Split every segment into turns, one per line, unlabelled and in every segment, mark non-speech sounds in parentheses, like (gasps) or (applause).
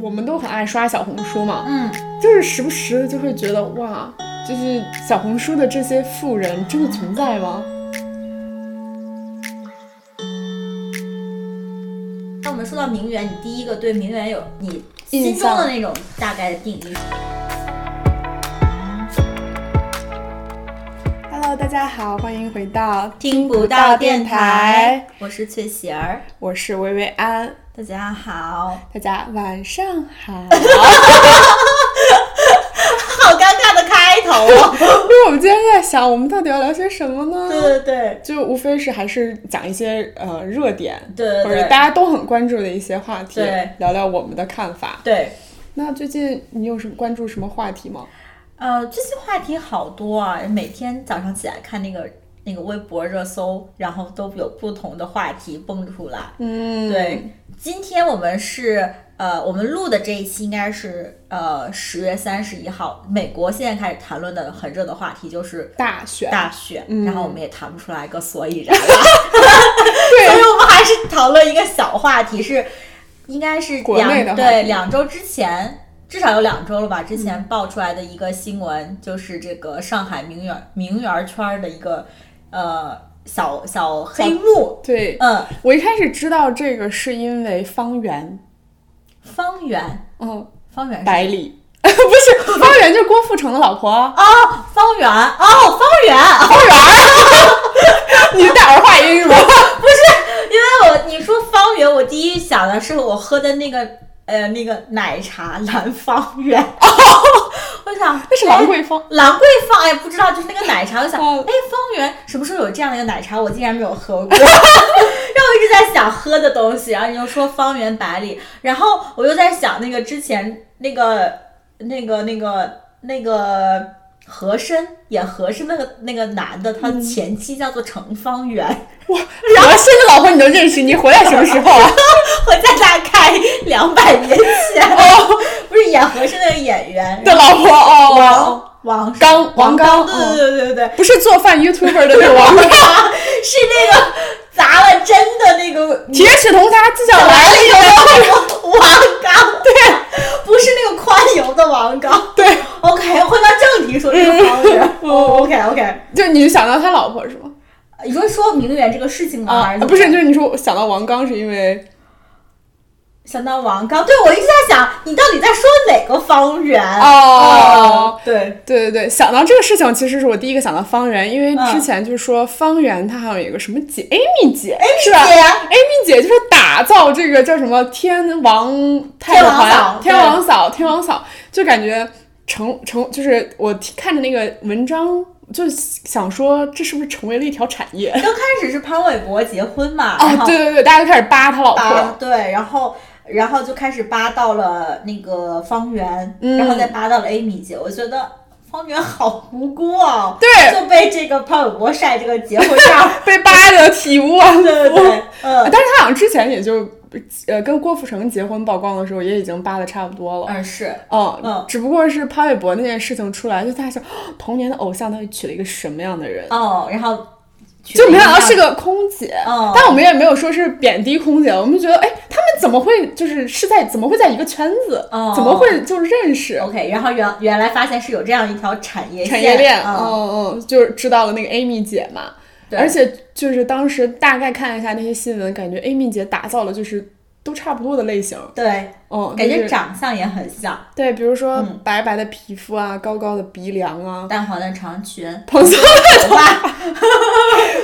我们都很爱刷小红书嘛，
嗯，
就是时不时的就会觉得哇，就是小红书的这些富人真的存在吗？
那我们说到名媛，你第一个对名媛有你心中的那种大概的定义？
Hello，大家好，欢迎回到
听不到电台，，我是翠喜儿，
我是薇薇安，
大家好，
大家晚上好。
好尴尬的开头啊！
因 (laughs) 为我们今天在想，我们到底要聊些什么
(laughs) 对
呢？
对对
就无非是还是讲一些呃热点，
对
或者
对
大家都很关注的一些话题
对，
聊聊我们的看法。
对，
那最近你有什么关注什么话题吗？
呃，这些话题好多啊，每天早上起来看那个那个微博热搜，然后都有不同的话题蹦出来。
嗯，
对，今天我们是呃，我们录的这一期应该是呃十月三十一号，美国现在开始谈论的很热的话题就是
大选，
大选，
嗯
然后我们也谈不出来个所
(laughs)
以然来，所以我们还是讨论一个小话题是，应该是
国
两
内的话题
对两周之前。至少有两周了吧？之前爆出来的一个新闻，就是这个上海名媛名媛圈儿的一个呃小小黑幕。
对，
嗯，
我一开始知道这个是因为方圆，
方圆，
嗯，
方圆是
百里 (laughs) 不是方圆，就是郭富城的老婆。啊
哦，方圆哦，方圆， (laughs)
你打儿化音 (laughs) 是吗？
因为我你说方圆，我第一想的是我喝的那个呃那个奶茶蓝方圆， (laughs) 我想
哦那是
哎
郎桂芳。
兰桂坊，哎，不知道就是那个奶茶，我想，哎，
哦
方圆什么时候有这样的一个奶茶？我竟然没有喝过，然后我一直在想喝的东西，然后你又说方圆百里，然后我又在想那个之前那个那个那个那个和珅演和珅那个那个男的，他前妻叫做程方圆， (laughs)
然后现在老婆 (laughs) 你都认识，你回来什么时候啊？ (laughs)
我在大概两百年前， (laughs) 不是演和珅那个演员
的老婆哦，
王王
刚
王
王刚
对
嗯
对对对对。
(laughs) 不是做饭 YouTuber 的那个 (laughs) 王
(laughs) 是那个砸了针的那个
铁齿铜牙纪晓岚那个人。
王
(laughs)
刚，对，不是那个宽油的王刚。
对，
OK，回到正题，说这个方圆。
嗯
哦，OK OK，
就你想到他老婆是吗？
你说说名媛这个事情吗？还
啊，不是，就是你说我想到王刚是因为
想到王刚，对我一直在想，你到底在说哪个方圆？
啊哦，
对，
对对对，想到这个事情，其实是我第一个想到方圆，因为
嗯
之前就是说方圆她好像有一个什么姐，Amy 姐是啊吧
姐
？Amy 姐就是打造这个叫什么天王太环、
天
天
王
王嫂、天王嫂，就感觉成成就是我听看着那个文章，就想说这是不是成为了一条产 (laughs) 业？
刚开始是潘玮柏结婚嘛，然
哦，
后
对对对，大家就开始扒他老
扒
婆，
呃对，然后然后就开始扒到了那个方圆，
嗯
然后再扒到了 Amy 姐，我觉得。方圆好无辜哦，
(laughs) 对
就被这个潘玮柏晒这个结婚照，
(laughs) 被扒的体无完肤。 (laughs)
对对对，嗯
但是他好像之前也就呃跟郭富城结婚曝光的时候，也已经扒的差不多了。
嗯是，
嗯，
嗯
只不过是潘玮柏那件事情出来，就大家想， (gasps) 哦童年的偶像到底娶了一个什么样的人？
哦，然后
就没想到是个空姐，
哦
但我们也没有说是贬低空姐，我们觉得，哎，他们怎么会就是是在怎么会在一个圈子，
哦
怎么会就认识
OK，然后原原来发现是有这样一条产业
产业链？嗯
嗯
嗯，就是知道了那个 Amy 姐嘛，
对
而且就是当时大概看了一下那些新闻，感觉 Amy 姐打造了就是都差不多的类型，
对，
嗯，
感
就
觉
是
长相也很像，
对，比如说
嗯
白白的皮肤啊，高高的鼻梁啊，
淡黄的长裙，
蓬松
头发，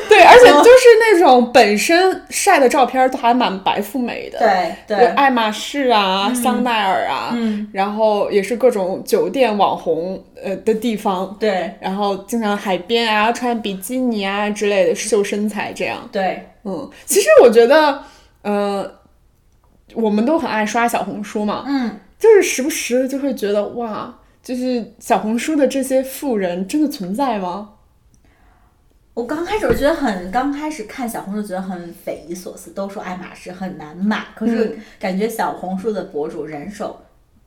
对，而
嗯
且就是那种本身晒的照片都还蛮白富美的，
对
有
对，
爱马仕啊、香奈儿啊，
嗯
然后也是各种酒店网红呃的地方，
对
然后经常海边啊穿比基尼啊之类的秀身材这样，
对，
嗯，其实我觉得，呃，我们都很爱刷小红书嘛，
嗯，
就是时不时就会觉得哇，就是小红书的这些富人真的存在吗？
我刚开始我觉得很，刚开始看小红书觉得很匪夷所思，都说爱马仕很难买，可
嗯
是感觉小红书的博主人手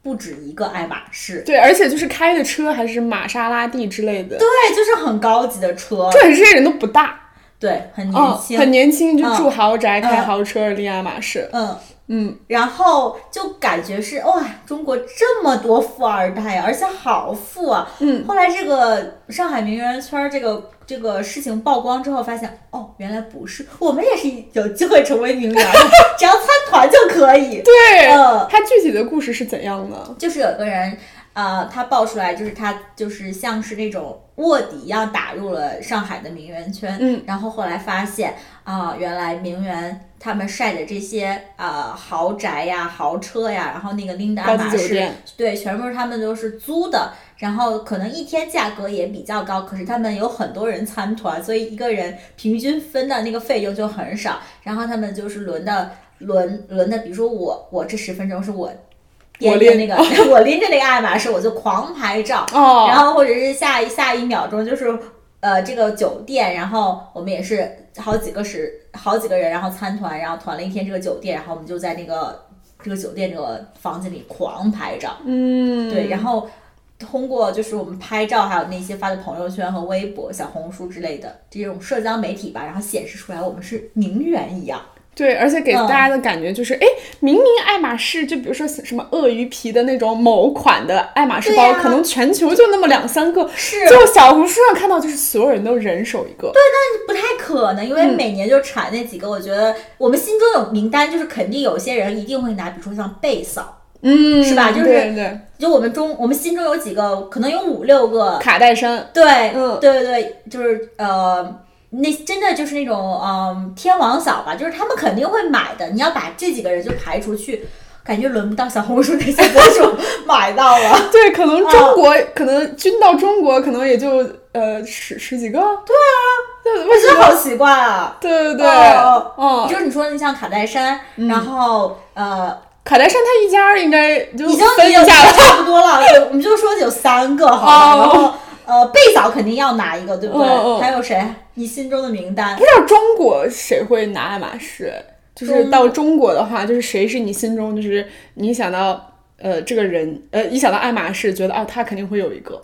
不止一个爱马仕，
对，而且就是开的车还是玛莎拉蒂之类的，
对，就是很高级的车，
重点是这些人都不大，
对，很嗯年
哦，
轻，
很年轻就住豪宅、
嗯
开豪车，利亚马仕。
嗯，
嗯，
然后就感觉是哇，中国这么多富二代啊呀，而且好富啊。
嗯，
后来这个上海名媛圈儿这个这个事情曝光之后，发现哦，原来不是，我们也是有机会成为名媛的， (laughs) 只要参团就可以。
对，
嗯
它具体的故事是怎样的？
就是有个人，呃，他爆出来，就是他就是像是那种卧底一样打入了上海的名媛圈，
嗯，
然后后来发现啊、原来名媛他们晒的这些呃豪宅呀、豪车呀，然后那个琳达
高级
马
酒
仕
店，
对，全部是他们都是租的，然后可能一天价格也比较高，可是他们有很多人参团，所以一个人平均分的那个费用就很少，然后他们就是轮的轮轮的，比如说我我这十分钟是我。
我
拎着那
拎
个， (laughs) 我拎着那个爱马仕，我就狂拍照，
哦，
然后或者是下一下一秒钟就是呃这个酒店，然后我们也是好几个时好几个人，然后参团，然后团了一天这个酒店，然后我们就在那个这个酒店这个房间里狂拍照，
嗯，
对，然后通过就是我们拍照，还有那些发的朋友圈和微博、小红书之类的这种社交媒体吧，然后显示出来我们是名媛一样，
对，而且给
嗯
大家的感觉就是，哎、明明爱马仕，就比如说什么鳄鱼皮的那种某款的爱马仕
对
包，
呀
可能全球就那么两三个，
是啊
就小红书上看到就是所有人都人手一个，对，
不太可能，因
嗯
为每年就产那几个，我觉得我们心中有名单，就是肯定有些人一定会拿，比如说像贝嫂，
嗯，
是吧就是
对对，
就我们中我们心中有几个，可能有五六个，
卡戴珊，
对，
嗯
对对对，就是呃。那真的就是那种嗯、天王嫂吧，就是他们肯定会买的。你要把这几个人就排除去，感觉轮不到小红书那些博主买
(laughs)
到了。
对，可能
嗯
中国、可能均到中国可能也就呃十十几个，对啊，对，
我
为
觉
什
得
么？
好奇怪啊！
(laughs) 对对对，
哦
嗯，
就是你说你像卡戴珊，然后呃
卡戴珊她一家应该就
已经
嗯分一
已经
下哦了，
差不多了。有我们就说有三个好了，然后呃，贝嫂肯定要拿一个，对不
嗯
对？
嗯
还有谁？你心中的名单
不？知道中国谁会拿爱马仕？就是
嗯
到中国的话，就是谁是你心中就是你一想到呃这个人呃一想到爱马仕，觉得哦他肯定会有一个，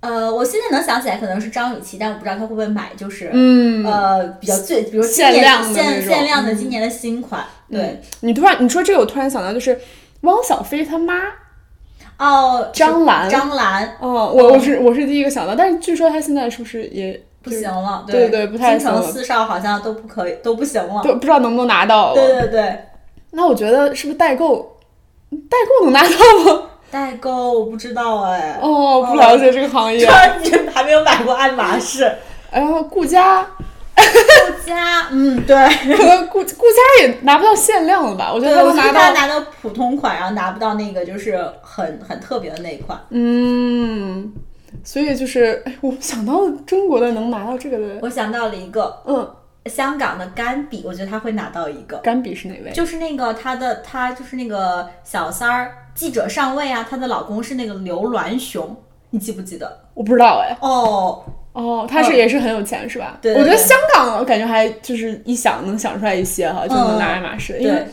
呃，我现在能想起来可能是张雨绮，但我不知道她会不会买，就是、
嗯，
呃比较最，比如今
限
年
量的那
限
种嗯
限量的今年的新款。对，
你突然你说这个，我突然想到就是汪小菲他妈，
哦，
嗯张兰
张兰
哦，我我是我是第一个想到，但是据说他现在是不是也
不行了，
对对不太
京城
行了
四少好像都不可以，都不行了。
都不知道能不能拿到？
嗯对对对，
那我觉得是不是代购？代购能拿到吗？
代购我不知道哎，
哦，不了解这个行业。
(laughs) 你还没有买过爱
(laughs)
马仕。
然后顾佳，
顾佳，嗯，对。
可能
(laughs)
顾顾佳也拿不到限量了吧？我觉得
对，
他
我
能
觉
拿到
得呃大家拿到普通款，然后拿不到那个就是很很特别的那一款。
嗯，所以就是，哎，我想到中国的能拿到这个的，
我想到了一个
嗯，
香港的甘比，我觉得他会拿到一个，
甘比是哪位？
就是那个他的他就是那个小三儿记者上位啊，她的老公是那个刘銮雄，你记不记得？
我不知道哎。
哦，
哦，他是
嗯
也是很有钱是吧？
对对
我觉得
对
香港感觉还就是一想能想出来一些哈，就能拿爱马仕。因为
嗯对，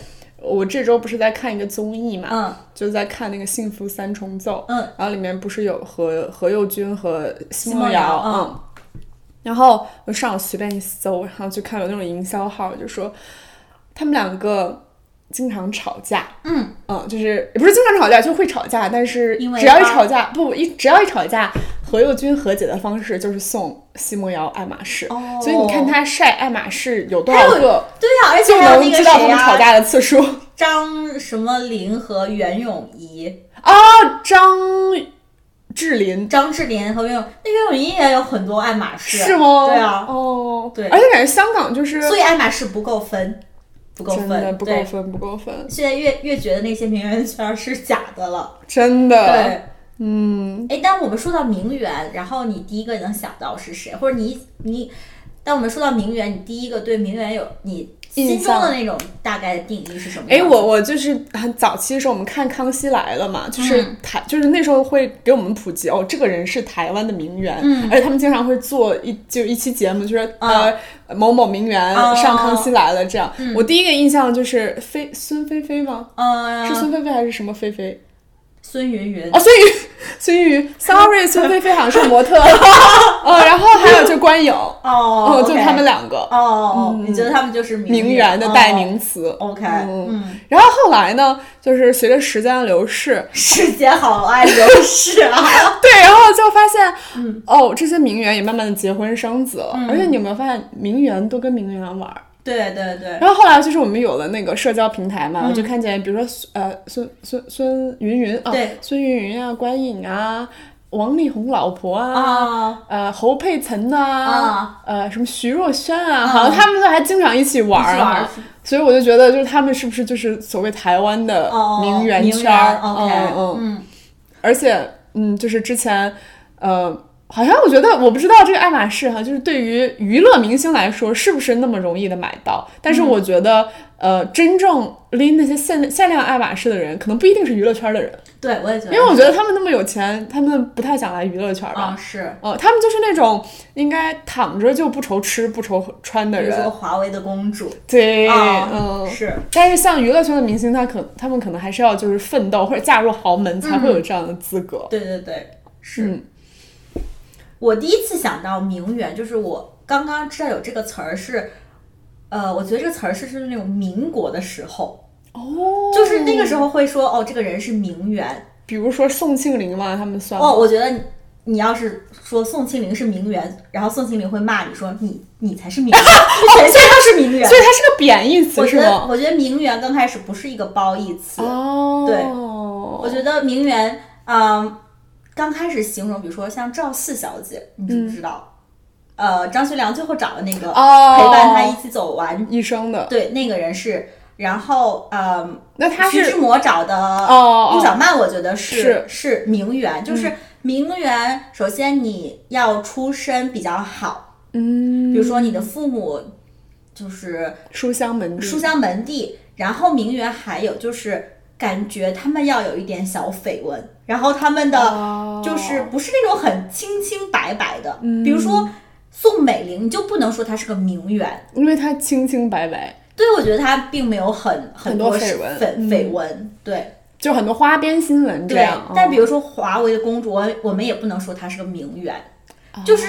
我这周不是在看一个综艺嘛，
嗯
就在看那个《幸福三重奏》，
嗯，
然后里面不是有何何猷君和奚
奚梦
瑶，
瑶
嗯，然后我上网随便一搜，然后就看有那种营销号就说他们两个经常吵架，
嗯
嗯，就是也不是经常吵架，就会吵架，但是
因为
只要一
他
吵架不一只要一吵架，何猷君和解的方式就是送奚梦瑶爱马仕，
哦
所以你看他晒爱马仕有多
还
少
有
个，
对呀、而且
就
还有那
能
个
知道他
谁
们吵
啊，
架的次数。
张什么林和袁咏仪，
啊，张智霖
张智霖和袁咏，那袁咏仪也有很多爱马仕，
是吗？
对啊，
哦，
对
而且感觉香港就是
所以爱马仕不够分，不够
真的
分，
不
对
够分，不够分，
现在越越觉得那些名媛圈是假的了。
真的，
对，
嗯，
哎，但我们说到名媛，然后你第一个能想到是谁，或者你你，当我们说到名媛，你第一个对名媛有你心中的那种大概的定义是什么样
哎，
子？
我我就是很早期的时候，我们看《康熙来了》嘛，就是
嗯
台，就是那时候会给我们普及哦，这个人是台湾的名媛，
嗯
而且他们经常会做一就一期节目，就是、
啊
呃某某名媛
哦
上《康熙来了》这样。
嗯
我第一个印象就是菲孙菲菲吗？
呃，
是孙菲菲还是什么菲菲？
孙云云
哦，，孙宇， (laughs) 孙宇，sorry，孙
(laughs)
菲菲好像是模特， (laughs) 哦，然后还有就关颖，哦，
哦
就
OK
他们两个
哦哦，哦你觉得他们就是
名媛的代名词。
哦？OK，
嗯
嗯，
然后后来呢，就是随着时间的流逝，
世界好爱流逝
(laughs)
啊！嗯
对，然后就发现，哦，这些名媛也慢慢的结婚生子了，而且你有没有发现，名媛都跟名媛玩儿？
对对对，
然后后来就是我们有了那个社交平台嘛，
嗯
我就看见，比如说孙呃孙孙孙云云啊，
对
孙云云啊，关颖啊，王力宏老婆啊，
啊，
呃侯佩岑呐、
啊
呃什么徐若瑄啊，好像他们都还经常一起玩儿
一起玩儿
啊，所以我就觉得就是他们是不是就是所谓台湾的
哦，
名媛圈儿？
媛，OK，
嗯嗯，
嗯，
而且嗯，就是之前呃。好像我觉得我不知道这个爱马仕哈，就是对于娱乐明星来说是不是那么容易的买到？但是我觉得，呃，真正拎那些限限量爱马仕的人，可能不一定是娱乐圈的人，
对，我也觉得，
因为我觉得他们那么有钱，他们不太想来娱乐圈吧。
啊是，
哦，他们就是那种应该躺着就不愁吃不愁穿的
比如说
人，
华为的公主，
对，
啊
嗯。
是，
但是像娱乐圈的明星，他可他们可能还是要就是奋斗或者嫁入豪门才会有这样的资格。
对对对，是
嗯
我第一次想到名媛，就是我刚刚知道有这个词儿是，呃，我觉得这个词儿是是那种民国的时候，
哦，
就是那个时候会说，哦，这个人是名媛，
比如说宋庆龄嘛，他们算吗
哦，我觉得你你要是说宋庆龄是名媛，然后宋庆龄会骂你说你你才是
(laughs)
名媛，人家就是名媛
所。以它是个贬义
我
词
觉
是
得
吗？
我觉得名媛刚开始不是一个褒义词，
哦，
对我觉得名媛，嗯，刚开始形容，比如说像赵四小姐，你知不
嗯
知道？呃，张学良最后找的那个、
哦
陪伴他一起走完，
医生的，
对，那个人是。然后，嗯，
那他
徐
是
志摩找的
哦哦
陆小曼，我觉得是
是嗯
是名媛，就是名媛。首先你要出身比较好，
嗯，
比如说你的父母就是
书香门第，
书香门第，然后名媛还有就是感觉他们要有一点小绯闻，然后他们的
哦嗯
就是不是那种很清清白白的，比如说宋美龄，你就不能说她是个名媛。
因为他清清白白，
对，我觉得她并没有很很
很多
绯
绯闻
绯
嗯
绯闻，对
就很多花边新闻这
对
样。。
但比
如
如说华为的公主，我我们也不能说她是个名媛，
哦
就是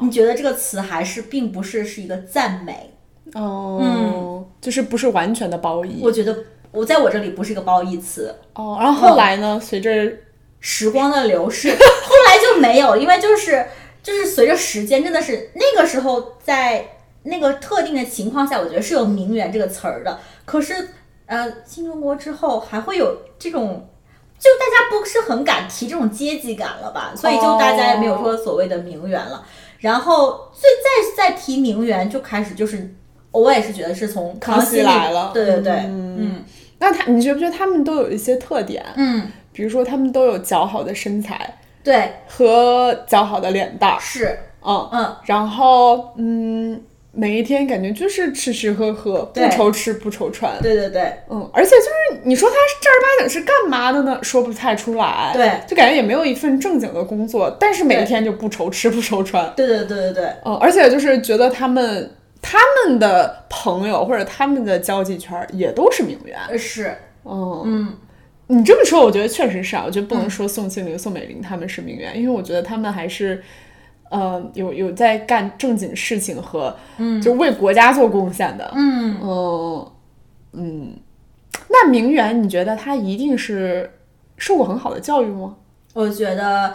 你觉得这个词还是并不是是一个赞美，
哦，就是不是完全的褒义
嗯我觉得我在我这里不是一个褒义词，
哦。然后后来呢，随着
时光的流逝， (laughs) 后来就没有，因为就是就是随着时间，真的是那个时候在那个特定的情况下，我觉得是有“名媛”这个词儿的。可是，呃，新中国之后还会有这种，就大家不是很敢提这种阶级感了吧？所以就大家也没有说所谓的名媛了。然后，所以再再提名媛，就开始就是，我也是觉得是从
康熙
里
来了
对对对，嗯
嗯那他，你觉不觉得他们都有一些特点？
嗯，
比如说他们都有姣好的身材
对，
和姣好的脸蛋儿，
是，
嗯，
嗯，
然后嗯，每一天感觉就是吃吃喝喝，
对
不愁吃不愁穿，
对对对。
嗯，而且就是你说他是正儿八经是干嘛的呢？说不太出来，
对，
就感觉也没有一份正经的工作，但是每
对
一天就不愁吃不愁穿，
对对对对对，
嗯，而且就是觉得他们他们的朋友或者他们的交际圈儿也都是名媛，
呃是，
嗯。
嗯，
你这么说，我觉得确实是啊，我觉得不能说宋庆龄、宋美龄他们是名媛，因为我觉得他们还是，呃，有有在干正经事情和，嗯，就为国家做贡献的，
嗯，
嗯嗯。那名媛，你觉得她一定是受过很好的教育吗？
我觉得，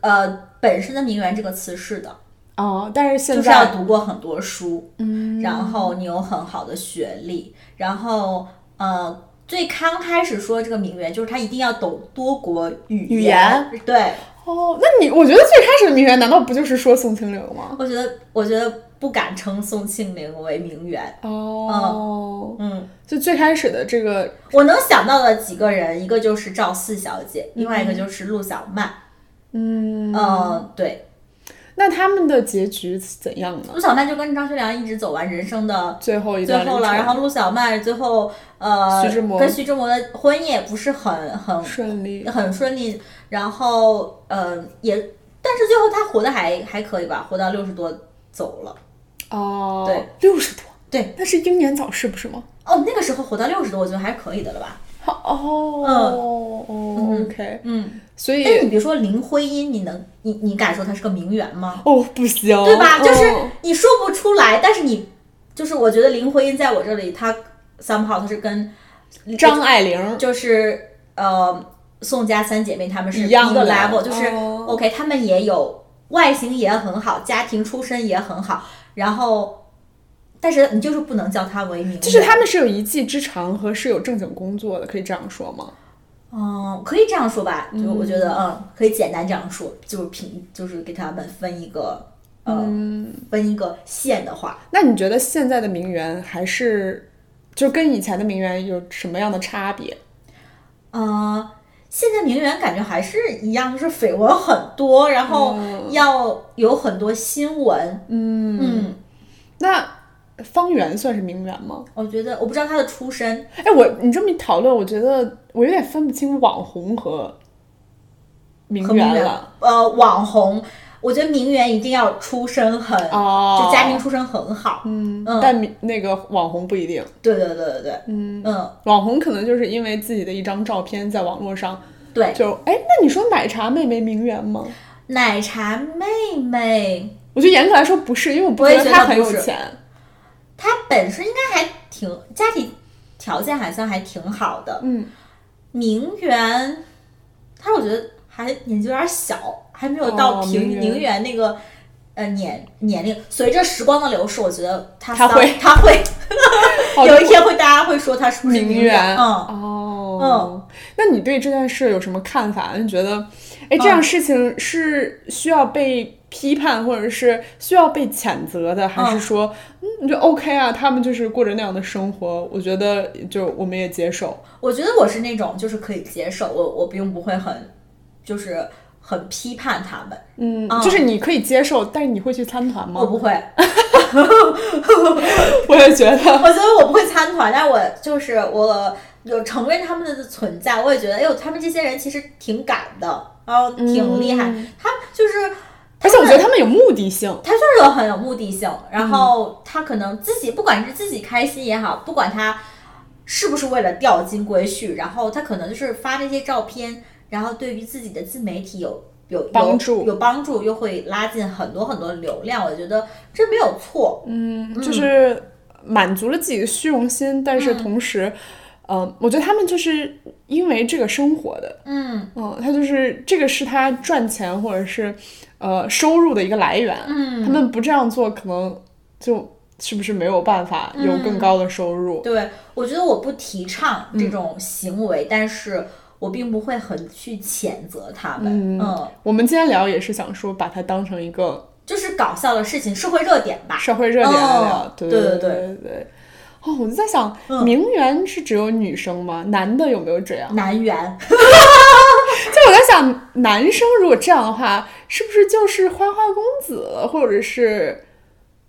呃，本身的名媛这个词是的，
哦，但是现
就是
在，
要读过很多书，嗯，然后你有很好的学历，然后呃，最刚开始说这个名媛，就是她一定要懂多国语
语
言
言，
对，
哦，那你我觉得最开始的名媛难道不就是说宋庆龄吗？
我觉得，我觉得不敢称宋庆龄为名媛，
哦，
嗯。
就最开始的这个
我能想到的几个人，一个就是赵四小姐，另外一个就是陆小曼。嗯对，
那他们的结局怎样呢？
陆小曼就跟张学良一直走完人生的
最后一
最
段
后了，
旅程
然后陆小曼最后呃，
徐志摩
跟徐志摩的婚姻也不是很很
顺利，
很顺利，然后呃也，但是最后他活的还还可以吧，活到六十多走了。
哦，
对，
六十多，
对，
那是英年早逝不是吗？
哦，那个时候活到六十多，我觉得还是可以的了吧？
哦，哦，OK，
嗯，
所以
哎，你别说林徽因，你能你你敢说她是个名媛吗？
哦不行，
对吧？就是
哦
你说不出来，但是你就是我觉得林徽因在我这里，她 somehow 她是跟
张爱玲，
就是呃宋家三姐妹她们是
一样
个
的
level，就是、
哦
OK，她们也有外形也很好，家庭出身也很好，然后但是你就是不能叫她为名，
就是他们是有一技之长和是有正经工作的，可以这样说吗？
哦，可以这样说吧，就我觉得，嗯，可以简单这样说，就是评，就是给他们分一个，呃，
嗯
分一个线的话，
那你觉得现在的名媛还是就跟以前的名媛有什么样的差别？
呃，现在名媛感觉还是一样，就是绯闻很多，然后
哦
要有很多新闻，嗯
那方圆算是名媛吗？
我觉得我不知道她的出身，
哎，我你这么一讨论，我觉得我有点分不清网红和名
和名
媛
媛
了。，
呃，网红，我觉得名媛一定要出身很，
哦
就家庭出身很好，
嗯，但名那个网红不一定，
对对对对对，嗯嗯，
网红可能就是因为自己的一张照片在网络上
对，
就哎，那你说奶茶妹妹名媛吗？
奶茶妹妹。
我觉得严格来说不是，因为我不
我也
得
觉
她
得
很
不
有
是
钱。
她本身应该还挺家庭条件还算还挺好的，
嗯，
名媛，她我觉得还年纪有点小，还没有到
哦
平
名媛
名媛那个呃年年龄。随着时光的流逝，我觉得她
她
她
会
她
(laughs)
会
好
有一天会大家会说她是不是
名
媛？
媛，
嗯，
哦，那你对这件事有什么看法？你觉得，哎，这样事情是需要被批判，或者是需要被谴责的，还是说，嗯，你就 OK 啊？他们就是过着那样的生活，我觉得就我们也接受。
我觉得我是那种就是可以接受，我我并不会很就是很批判他们，
嗯，就是你可以接受，但是你会去参团吗？
我不会， (laughs)
我也觉得， (laughs)
我觉得我不会参团，但是我就是我有承认他们的存在，我也觉得，哎呦，他们这些人其实挺敢的，然后挺厉害，他就是
嗯而且我觉得他们有目的性。
他就是有很有目的性，然后他可能自己不管是自己开心也好，不管他是不是为了钓金龟婿，然后他可能就是发这些照片，然后对于自己的自媒体有。有有
帮助
有帮助，又会拉近很多很多流量，我觉得这没有错。
嗯，就是满足了自己的虚荣心，但是同时，嗯、我觉得他们就是因为这个生活的，
嗯
嗯，他就是这个是他赚钱或者是呃收入的一个来源，
嗯，
他们不这样做，可能就是不是没有办法有
嗯
更高的收入。
对，我觉得我不提倡这种行为，但是我并不会很去谴责他们。嗯
我们今天聊也是想说，把它当成一个
就是搞笑的事情，社会热点吧。
社会热点来聊。
哦
对
对
对
对嗯
对对。哦，我就在想，名媛是只有女生吗？男的有没有这样？
男园，
就我在想，男生如果这样的话，是不是就是花花公子，或者是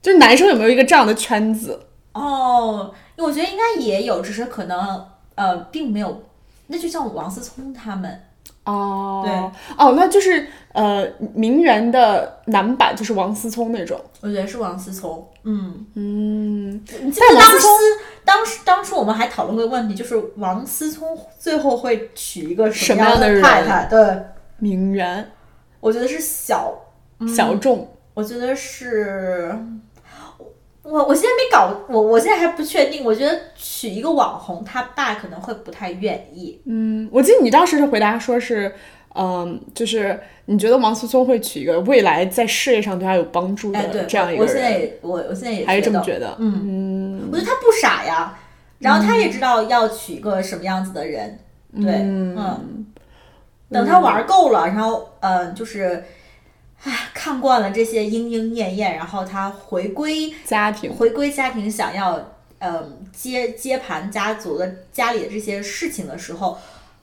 就是男生有没有一个这样的圈子？
哦，我觉得应该也有，只是可能呃，并没有。那就像王思聪他们，
哦，对，哦，那就是呃，名媛的男版就是王思聪那种。
我觉得是王思聪。嗯，
嗯，
你记
但
得
王
当
思
时
聪
当时当初我们还讨论过一个问题，就是王思聪最后会娶一个
什么
样
样的人
太太？对，
名媛
我觉得是小
小众，
我觉得是，我我现在没搞，我我现在还不确定。我觉得娶一个网红，他爸可能会不太愿意。
嗯，我记得你当时是回答说是，嗯，就是你觉得王思聪会娶一个未来在事业上对他有帮助
哎，对
的，这样一个
我我现在
人，
也我我现在也
还是这么
得，
觉得？
嗯，我觉得他不傻呀，然后他也知道要娶一个什么样子的人，对，嗯。等他玩够了，然后呃，就是，唉，看惯了这些莺莺燕燕，然后他回归
家庭，
回归家庭，想要嗯接接盘家族的家里的这些事情的时候，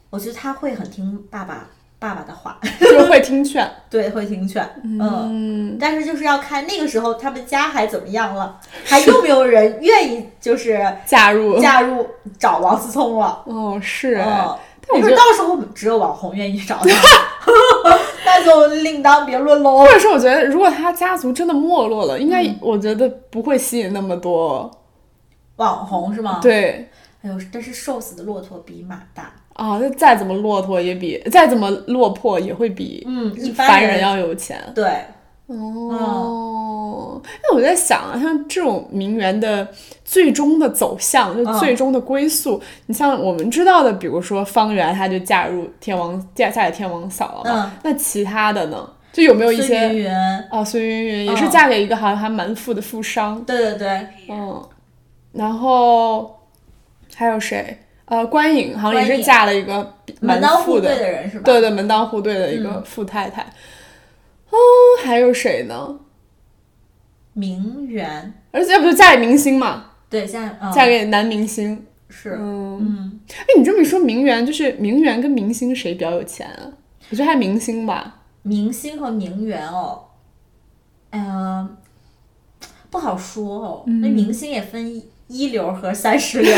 我觉得他会很听爸爸爸爸的话， (laughs)
就是会听劝。
对，会听劝，嗯。但是就是要看那个时候他们家还怎么样了，还有没有人愿意就是
嫁入，
嫁入找王思聪了。
哦，是哎，
嗯，
但我
没
觉
准
得，
到时候只有网红愿意
(laughs)
找他，那就另当别论喽
或。者是我觉得，如果他家族真的没落
嗯
了，应该我觉得不会吸引那么多，
网红是吗？
对，
哎呦，真是瘦死的骆驼比马大。
啊，那再怎么骆驼也比，再怎么落魄也会比
嗯，一般
凡人啊要有钱。
对，嗯
哦，那我在想啊，像这种名媛的最终的走向，就
嗯
最终的归宿，你像我们知道的，比如说方圆，她就嫁入天王，嫁嫁给天王嫂了
嗯
嘛。那其他的呢？就有没有一
孙
些
云云，
啊？孙云云也是
嗯
嫁给一个好像还蛮富的富商，
对对对，
嗯，然后还有谁？呃，关颖好像也
关
是
颖
嫁了一个比蛮
门当
富
户
的，
对的嗯人是吧？
对对，门当户对的一个富太太。哦，还有谁呢？
名媛，
而且要不就嫁给明星嘛，
对，嫁嗯
嫁给男明星。
是
嗯，
嗯，
哎，你这么一说，名媛就是名媛跟明星谁比较有钱啊？我觉得还明星吧。
明星和名媛哦，哎呀，不好说哦，
嗯
那明星也分一一流和三十流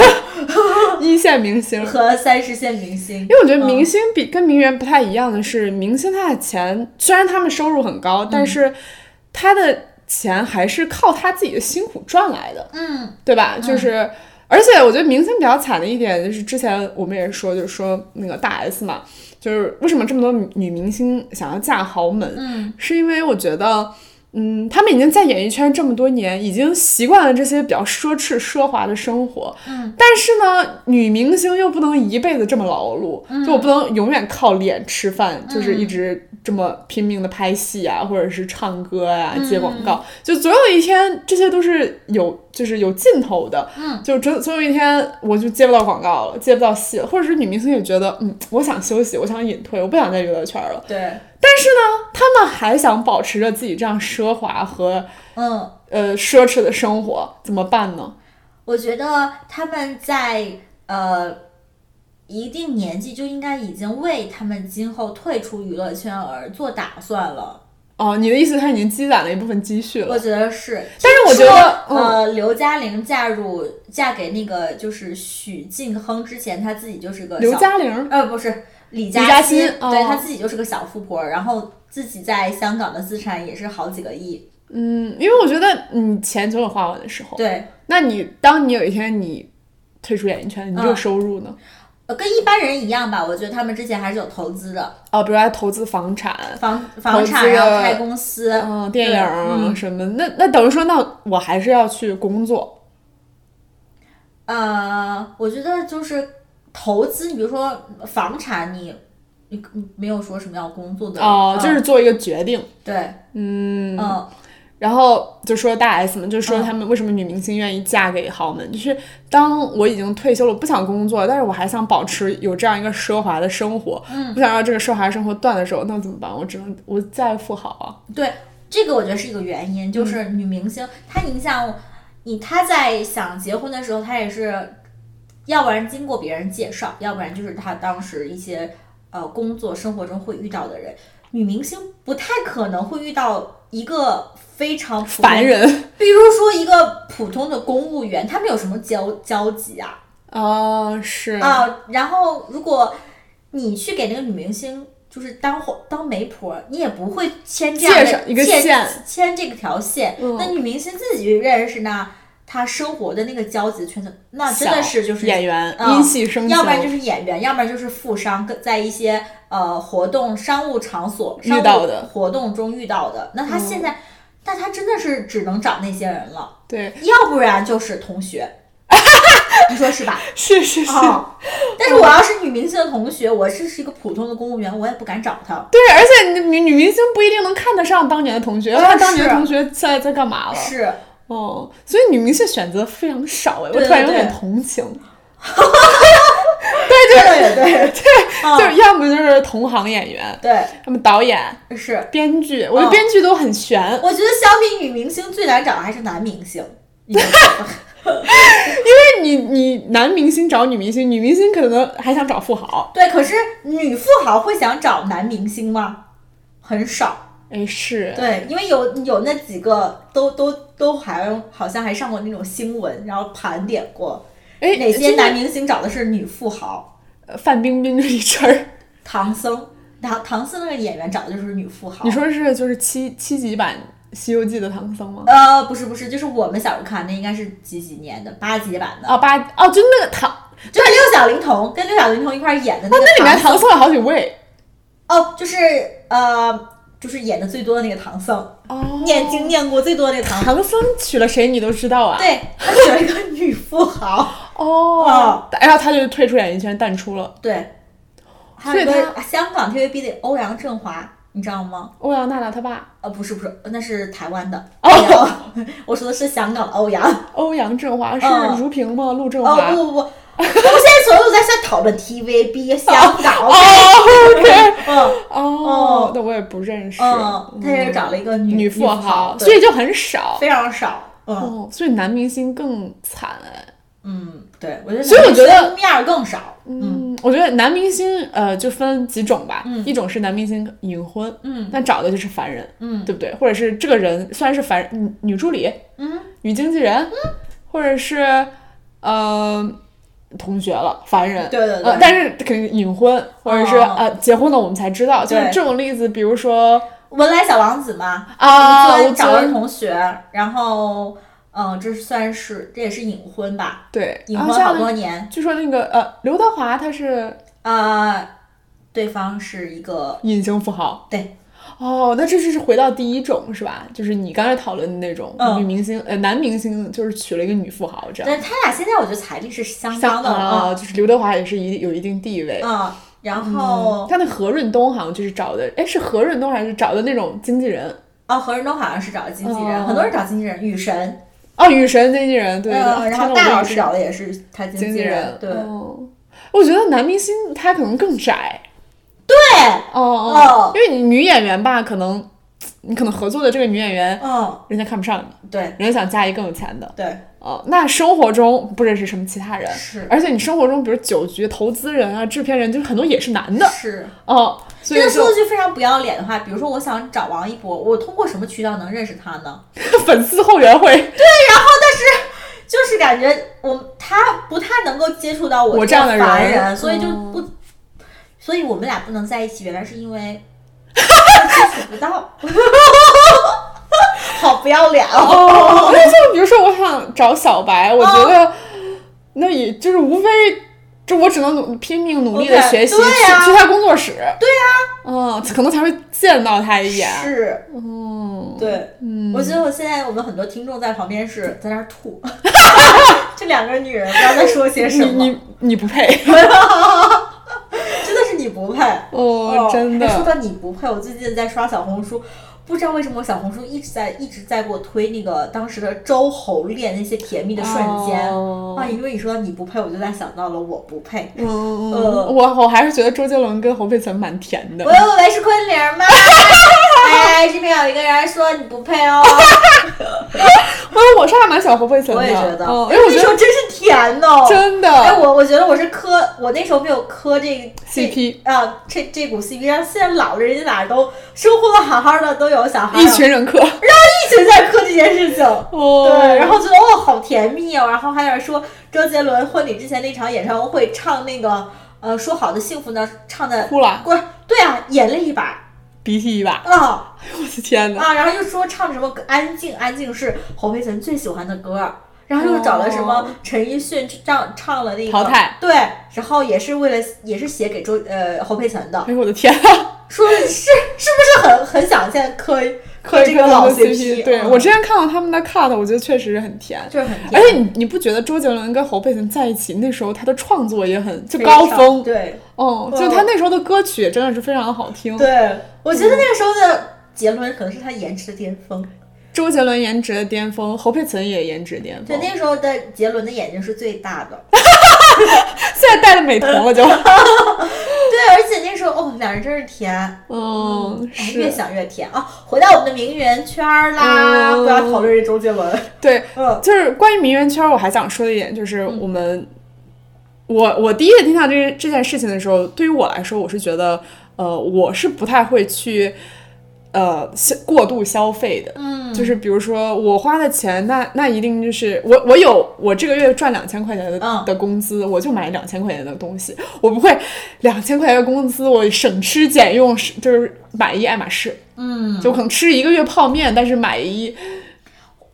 一线明星。
和三十线明星
因，
嗯
为我觉得明星比跟名媛不太一样的是，明星他的钱虽然他们收入很高，
嗯
但是他的钱还是靠他自己的辛苦赚来的，
嗯
对吧？就是，而且我觉得明星比较惨的一点就是，之前我们也说，就是说那个大 S 嘛，就是为什么这么多女明星想要嫁豪门，
嗯，
是因为我觉得。嗯，他们已经在演艺圈这么多年，已经习惯了这些比较奢侈奢华的生活。
嗯，
但是呢，女明星又不能一辈子这么劳碌，就我不能永远靠脸吃饭，就是一直这么拼命的拍戏啊，或者是唱歌啊、接广告。就总有一天，这些都是有就是有尽头的。
嗯，
就总总有一天，我就接不到广告了，接不到戏了，或者是女明星也觉得，嗯，我想休息，我想隐退，我不想在娱乐圈了。
对，
但是呢，他们还想保持着自己这样奢华和
嗯。
呃奢侈的生活，怎么办呢？
我觉得他们在呃一定年纪就应该已经为他们今后退出娱乐圈而做打算了。
哦，你的意思他已经积攒了一部分积蓄
我
了，
觉得是，
但是我觉
听说
得，嗯，
呃，刘嘉玲嫁入嫁给那个就是许晋亨之前，她自己就是个
刘
小
嘉玲，
呃不是李嘉
李嘉
欣，
欣哦
对她自己就是个小富婆，然后自己在香港的资产也是好几个亿，
嗯，因为我觉得你钱总有花完的时候，
对。
那你当你有一天你退出演艺圈，你这个
嗯
收入呢？
呃，跟一般人一样吧，我觉得他们之前还是有投资的，
哦，比如他投资房产。
房房
投
产，
资
然后
了
开公司，
嗯，电影
对
啊
嗯
什么，那那等于说，那我还是要去工作。
呃，我觉得就是投资，你比如说房产你，你你没有说什么要工作的
哦、就
嗯
是做一个决定。
对，嗯
然后就说大 S 嘛，就说他们为什么女明星愿意嫁给豪门，就是当我已经退休了，我不想工作，但是我还想保持有这样一个奢华的生活，
嗯
不想让这个奢华生活断的时候，那怎么办？我只能我再富豪啊，
对，这个我觉得是一个原因，
嗯
就是女明星、她影响你，她在想结婚的时候，她也是，要不然经过别人介绍，要不然就是她当时一些呃工作生活中会遇到的人。女明星不太可能会遇到一个非常普通
凡，人
比如说一个普通的公务员，他们有什么交交集啊？
啊，是
啊，然后如果你去给那个女明星就是当伙当媒婆，你也不会牵这样
介绍
的
一个
牵
线
牵这个条线。
嗯
那女明星自己认识呢，她生活的那个交集圈子，那真的
小
是就是
演员
嗯
因戏生
要不然就
情
是演员，要不然就是富商，跟在一些呃活动、商务场所
遇到的嗯
商务活动中遇到的。那她现在，那她真的是只能找那些人了，
对，
要不然就是同学， (laughs) 你说 (laughs) 是吧？
是是是，
哦，但是我要是女明星的同学，我是是一个普通的公务员，我也不敢找他。
对，而且女女明星不一定能看得上当年的同学，要看当年的
哦是
同学现在在干嘛了，
是，
哦，所以女明星选择非常少哎，我
对
突然有
对
点
对
同情。
(laughs) 对对嗯对
(laughs) 就
对
是要么就是同行演员，
对
要么导演、
对，是。
编剧，我觉得
嗯
编剧都很悬，
我觉得相比女明星最难找的还是男明星。你觉得
但你你男明星找女明星，女明星可能还想找富豪，
对，可是女富豪会想找男明星吗？很少。
哎是，
对，因为有有那几个都都都还好像还上过那种新闻，然后盘点过
哎
哪些男
明
明星找的是女富豪。
范冰冰、李晨儿，
唐僧，唐唐僧那个演员找的就是女富豪。
你说是就是七七级版《西游记》的唐僧吗？啊
呃，不是不是，就是我们小时候看那应该是几几年的八几版的。
哦八哦就那个唐
就是六小龄童跟六小龄童一块儿演的
那
那个
那里面
唐
搪塞了好几位
哦，就是呃，就是演的最多的那个唐僧，
哦
念经念过最多的那个唐僧。
唐僧娶了谁你都知道啊？
对，他选了一个女富
(laughs)
豪，
哦，然后他就退出演艺圈，淡出了。
对，还有一
所以
个香港 TVB 的欧阳震华，你知道吗？
欧阳娜娜她爸
呃，不是不是，那是台湾的
哦
欧阳，我说的是香港的欧阳。
欧阳震华是
嗯
如萍吗？陆振
哦
华？
不不不，我们现在所有在在讨论 TVB 香港。
(laughs) 哦，OK，
嗯
哦，那我也不认识。
嗯，他也找了一个女
女
富
富豪，
对
所以就很少。
非常少。嗯
哦，所以男明星更惨哎。
嗯，对，我觉得
所以我觉得
男生面儿更少。嗯
嗯，我觉得男明星呃就分几种吧，一种是男明星隐婚，
嗯
那找的就是凡人，
嗯
对不对？或者是这个人虽然是凡女女助理、
嗯
女经纪人，或者是呃同学了，凡人。
对对对
呃，但是肯定隐婚，或者是、
哦
呃结婚了我们才知道，就是
对
这种例子，比如说
文莱小王子嘛，
啊，
吴
我
尊找了
尊
同学，然后嗯，这算是这也是隐婚吧，
对，
隐
然
婚
后
好
像
多年。
据说那个呃刘德华他是
呃，对方是一个
隐形富豪，
对，
哦，那这就是回到第一种是吧？就是你刚才讨论的那种、
嗯
女明星，呃，男明星就是娶了一个女富豪这样。
但是他俩现在我觉得财力是相
像
当的
啊、
啊
就是刘德华也是一有一定地位。
嗯，然后
他那何润东好像就是找的，哎，是何润东还是找的那种经纪人？
哦，何润东好像是找经纪人，
哦
很多人找经纪人，雨神，
哦，雨神经纪人，对对对。
嗯，然后
天哪
大
我
老
这
师找的也是他
经
经
纪
纪
人，
对
哦我觉得男明星他可能更窄。
对，
哦
哦
因为你女演员吧，可能你可能合作的这个女演员，
嗯，
人家看不上你，
对
人家想嫁一更有钱的。
对
哦，那生活中不认识什么其他人，
是
而且你生活中，比如酒局、投资人啊、制片人，就是很多也是男的
是。
哦，所以
真的说
就
一句非常不要脸的话，比如说我想找王一博，我通过什么渠道能认识他呢？
(laughs) 粉丝后援会，
就是感觉我他不太能够接触到
我
我
这样的
凡
人
人，所以就
嗯
不，所以我们俩不能在一起，原来是
(laughs)
因为接触不到， (laughs) 好不要脸哦！
哦，那就比如说我想找小白，我觉得哦那也就是无非。这我只能努拼命努力的
OK，
学习，去
对呀
去他工作室，对呀、嗯，可能才会见到他一眼。
是，
嗯，
对，我觉得我现在我们很多听众在旁边是在那儿吐， (laughs) 这两个女人不知道在说些
你
什么，
你你不配，
真的是你不配。
(laughs) 哦，真的
哎。说到你不配，我最近在刷小红书，不知道为什么我小红书一直在一直在给我推那个当时的周侯恋那些甜蜜的瞬间。
哦
啊，因为你说到你不配，我就在想到了我不配。
嗯嗯
呃
嗯，我我还是觉得周杰伦跟侯佩岑蛮甜的
我。以为是昆凌吗？ (laughs) 哎，这边有一个人说你不配
(laughs)
哦，
啊，我是还蛮喜欢侯佩岑的，
我也觉得，
嗯，因
哎
为我
那
觉
时
得
候真是甜哦。
真的，
哎，我我觉得我是磕，我那时候没有磕这个
CP
这啊，这这股 CP，但是现在老了，人家哪儿都生活的好好的，都有小孩了，
一群人磕，
一群在磕这件事情。
哦
对，然后觉得哦，好甜蜜哦。然后还有人说周杰伦婚礼之前那场演唱会唱那个呃说好的幸福呢，唱的
哭了，
过对啊，眼泪一把
鼻涕一把，
啊
我的天 (laughs) 哪！
啊，然后又说唱什么安静安静是侯佩岑最喜欢的歌儿。然后又找了什么
哦
陈奕迅去唱唱了那个
淘汰
对，然后也是为了也是写给周呃侯佩岑
(laughs)
的，
哎呦我的天啊，
说是是不是很很想现在磕磕
磕
这个老
CP，对
嗯
我哎之前看到他们的 cut，我觉得确实是很甜。
就是很
而
甜
且你你不觉得周杰伦跟侯佩岑在一起那时候他的创作也很就
非
高
常
峰，
对，嗯
哦，就他那时候的歌曲也真的是非常的好听。
对，我觉得那个时候的杰伦可能是他颜值的巅峰。
周杰伦颜值的巅峰，侯佩岑也颜值巅
对，
峰，
那个时候的杰伦的眼睛是最大的。
现在戴了美瞳了
(laughs)
就，
对，而且那时候哦，两人真是甜，
嗯，
哎，
是
越想越甜啊！回到我们的名媛圈儿啦，
嗯
不要讨论这周杰伦。
对，
嗯
就是关于名媛圈，我还想说的一点就是，我们，我我第一次听到这这件事情的时候，对于我来说，我是觉得，呃，我是不太会去，呃，消过度消费的。
嗯，
就是比如说我花的钱，那那一定就是我我有我这个月赚两千块钱的、
嗯
的工资，我就买两千块钱的东西，我不会两千块钱的工资我省吃俭用，是就是买一爱马仕，
嗯，
就可能吃一个月泡面，但是买一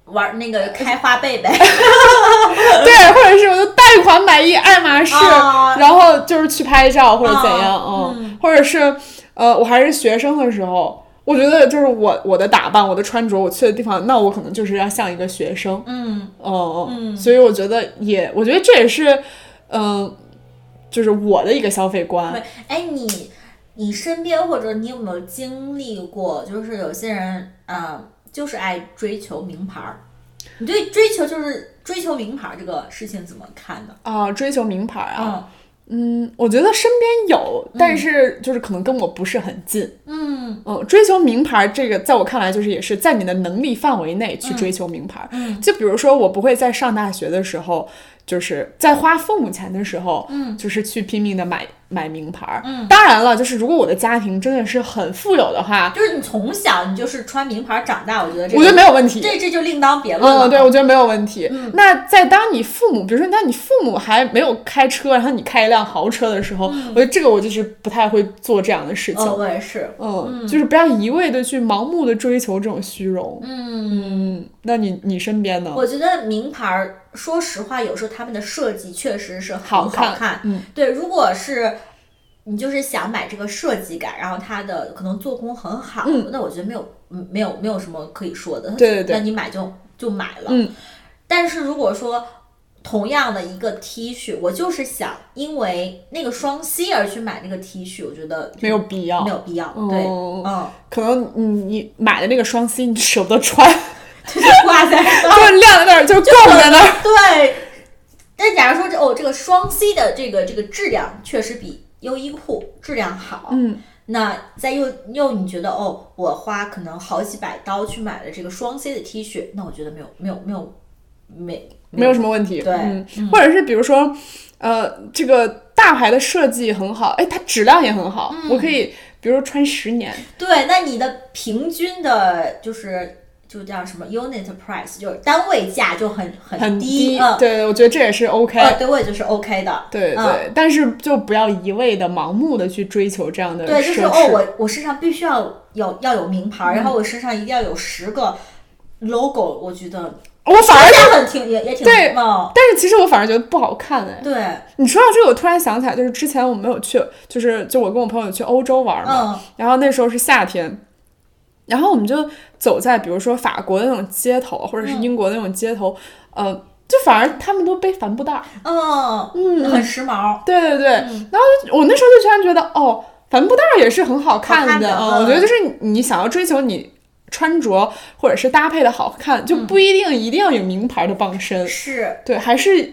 玩那个开花贝
(laughs)
贝，
对，或者是我就贷款团买一爱马仕，
啊
然后就是去拍照或者怎样，
啊
嗯，或者是呃，我还是学生的时候，我觉得就是我我的打扮、我的穿着，我去的地方，那我可能就是要像一个学生，
嗯
嗯嗯，所以我觉得也，我觉得这也是，嗯、就是我的一个消费观，
对，哎，你你身边或者你有没有经历过，就是有些人，呃，就是爱追求名牌儿。你对追求就是追求名牌儿这个事情怎么看呢？
啊，追求名牌啊，嗯，我觉得身边有，但是就是可能跟我不是很近。
嗯
嗯，追求名牌这个，在我看来就是也是在你的能力范围内去追求名牌。
嗯
就比如说，我不会在上大学的时候，就是在花父母钱的时候，
嗯
就是去拼命的买买名牌。
嗯
当然了，就是如果我的家庭真的是很富有的话，
就是你从小你就是穿名牌儿长大，我觉得这
我觉得
个
没有问题。
这这就另当别论了。
嗯，对，我觉得没有问题。那在当你父母，比如说当你父母还没有开车，然后你开一辆豪车的时候，我觉得这个我就是不太会做这样的事情。
呃，我也是。
嗯，就是不要一味的去盲目的追求这种虚荣。
嗯，
嗯，那你你身边呢？
我觉得名牌儿，说实话，有时候他们的设计确实是很
好看
好看
嗯，
对，如果是你就是想买这个设计感，然后它的可能做工很好，
嗯
那我觉得没有嗯没有没有什么可以说的。
对对对
那你买就就买了。
嗯
但是如果说同样的一个 T 恤，我就是想因为那个双膝而去买那个 T 恤，我觉得
没有必要
没。有必要。
(laughs)
对，
嗯
嗯， (laughs)
可能你你买的那个双 C 你舍不得 (laughs) 穿，
就是挂在那儿
就是晾在那儿，就是嗯供在那儿。
(laughs) 对，但假如说这哦，这个双 C 的这个这个质量确实比优衣库质量好，
嗯，
那再又又你觉得哦，我花可能好几百刀去买了这个双 C 的 T 恤，那我觉得没有没有没有没
没有什么问题。
对
嗯，或者是比如说，呃，这个大牌的设计很好，哎，它质量也很好，我可以比如说穿十年。
对，那你的平均的就是。就叫什么 unit price，就是单位价就很很
很
低，
低，
嗯，
对，我觉得这也是 OK，、
呃，对我也就是 OK 的，
对对、
嗯
但是就不要一味的盲目的去追求这样的
对，就
奢
是
侈。嗯
哦，我我身上必须要有要有名牌儿，然后我身上一定要有十个 logo，我觉得
我反而，
也很挺也也挺
哎对
哦，
但是其实我反而觉得不好看哎。
对，
你说到这个，我突然想起来，就是之前我们有去，就是就我跟我朋友去欧洲玩嘛，
嗯
然后那时候是夏天，然后我们就走在比如说法国的那种街头，或者是
嗯
英国的那种街头，呃，就反而他们都背帆布袋儿。
嗯嗯，很时髦，
对对对，
嗯
然后就我那时候就突然觉得，哦，帆布袋儿也是很好看
好看
的，
的
嗯，
嗯
我觉得就是你想要追求你穿着或者是搭配的好看，
嗯
就不一定一定要有名牌的傍身，
是，
对，还是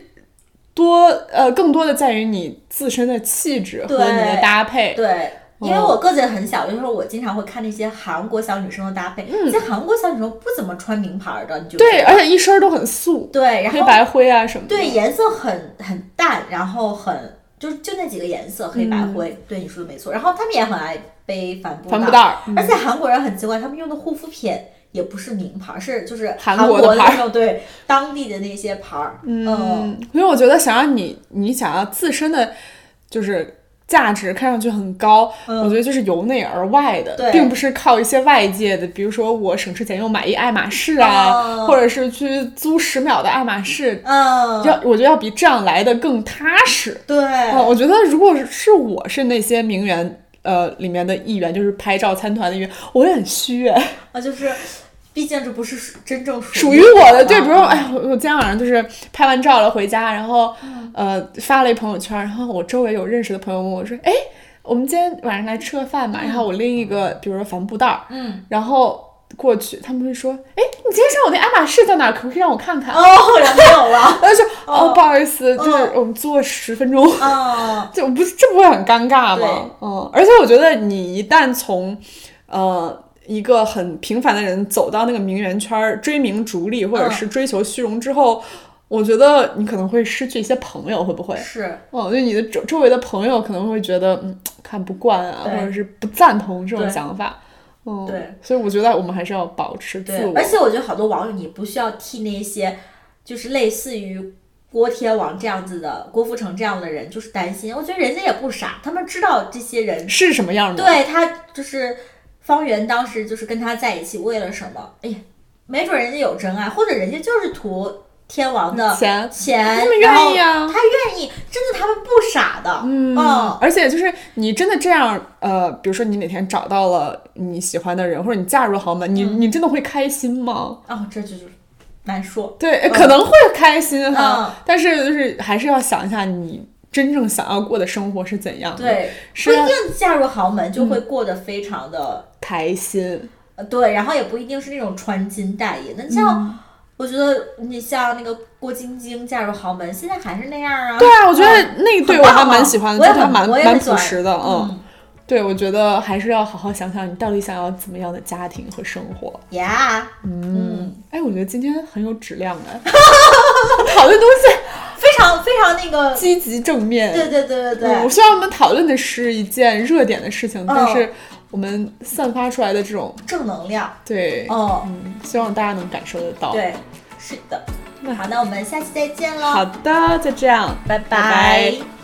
多呃更多的在于你自身的气质和
对
你的搭配，
对。因为
哦
我个子也很小，就是我经常会看那些韩国小女生的搭配，在韩国小女生不怎么穿名牌儿的，你
嗯
就
对，而且一身儿都很素，
对，然
黑
后
白灰啊什么的，
对颜色很很淡，然后很就就那几个颜色，黑白灰，对你说的没错。然后他们也很爱背帆
嗯
布
帆布袋儿，嗯
而且韩国人很奇怪，他们用的护肤品也不是名牌，是就是
韩
国
国的牌
那种对当地的那些牌儿。嗯，
嗯，因为我觉得想让你你想要自身的就是价值看上去很高，我觉得就是由内而外的，
嗯对
并不是靠一些外界的，比如说我省吃俭用买一爱马仕啊，
哦
或者是去租十秒的爱马仕，
嗯，
要我觉得要比这样来的更踏实。
对，啊
哦，我觉得如果是我是那些名媛。呃，里面的一员就是拍照参团的一员，我也很虚哎，
啊，就是，毕竟这不是属真正
属
属
于我的。
的，啊
对，比如说，哎呀，我我今天晚上就是拍完照了回家，然后
嗯
呃发了一朋友圈，然后我周围有认识的朋友问我说，哎，我们今天晚上来吃个饭嘛？然后我拎一个，比如说帆布袋儿，
嗯，
然后过去，他们会说，哎，你今天上午那爱马仕在哪儿？可不可以让我看看？
哦，然后没有了，
他就说，哦，
哦
不好意思，就是
哦
我们坐十分钟。
嗯，
这不是这不会很尴尬
对
吗？嗯，而且我觉得你一旦从，呃，一个很平凡的人走到那个名媛圈儿，追名逐利或者
嗯
是追求虚荣之后，我觉得你可能会失去一些朋友，会不会？
是，
嗯，就你的周周围的朋友可能会觉得，嗯，看不惯啊，
对
或者是不赞同这种
对
想法。嗯，
对，
所以我觉得我们还是要保持自
对，
我
而。且我觉得好多网友你不需要替那些，就是类似于。郭天王这样子的，郭富城这样的人，就是担心。我觉得人家也不傻，他们知道这些人
是什么样的？
对他就是方圆当时就是跟他在一起为了什么？哎呀，没准人家有真爱，或者人家就是图天王的
钱
钱，
他们
然后
愿意啊
他愿意，真的他们不傻的，嗯
而且就是你真的这样，呃，比如说你哪天找到了你喜欢的人，或者你嫁入豪门，你、
嗯
你真的会开心吗？
哦，这就是难说，
对，可能会开心哈，
嗯
但是就是还是要想一下你真正想要过的生活是怎样的，，
对，不
嗯是啊嗯
一
要
定嫁入豪门就会过得非常的，
开心，
呃对，然后也不一定是那种穿金戴银的，你像。
嗯
我觉得你像那个郭晶晶嫁入豪门，现在还是那样啊。
对啊，我觉
嗯
得那一对我还蛮喜欢的，
很
就
棒啊
他蛮
我也
蛮
很喜
朴
欢
实的，嗯，
嗯
对，我觉得还是要好好想想你到底想要怎么样的家庭和生活。
呀，嗯，
哎，我觉得今天很有质量哎， (laughs) 讨论东西
非常非常那个，
积极正面，
对对对对
嗯我
对，
虽然我们讨论的是一件热点的事情，但
嗯
是我们散发出来的这种
正能量。
对，
哦，
嗯，希望大家能感受得到。，
对，是的
那。
好，那我们下期再见喽，
好的，就这样，
拜
拜拜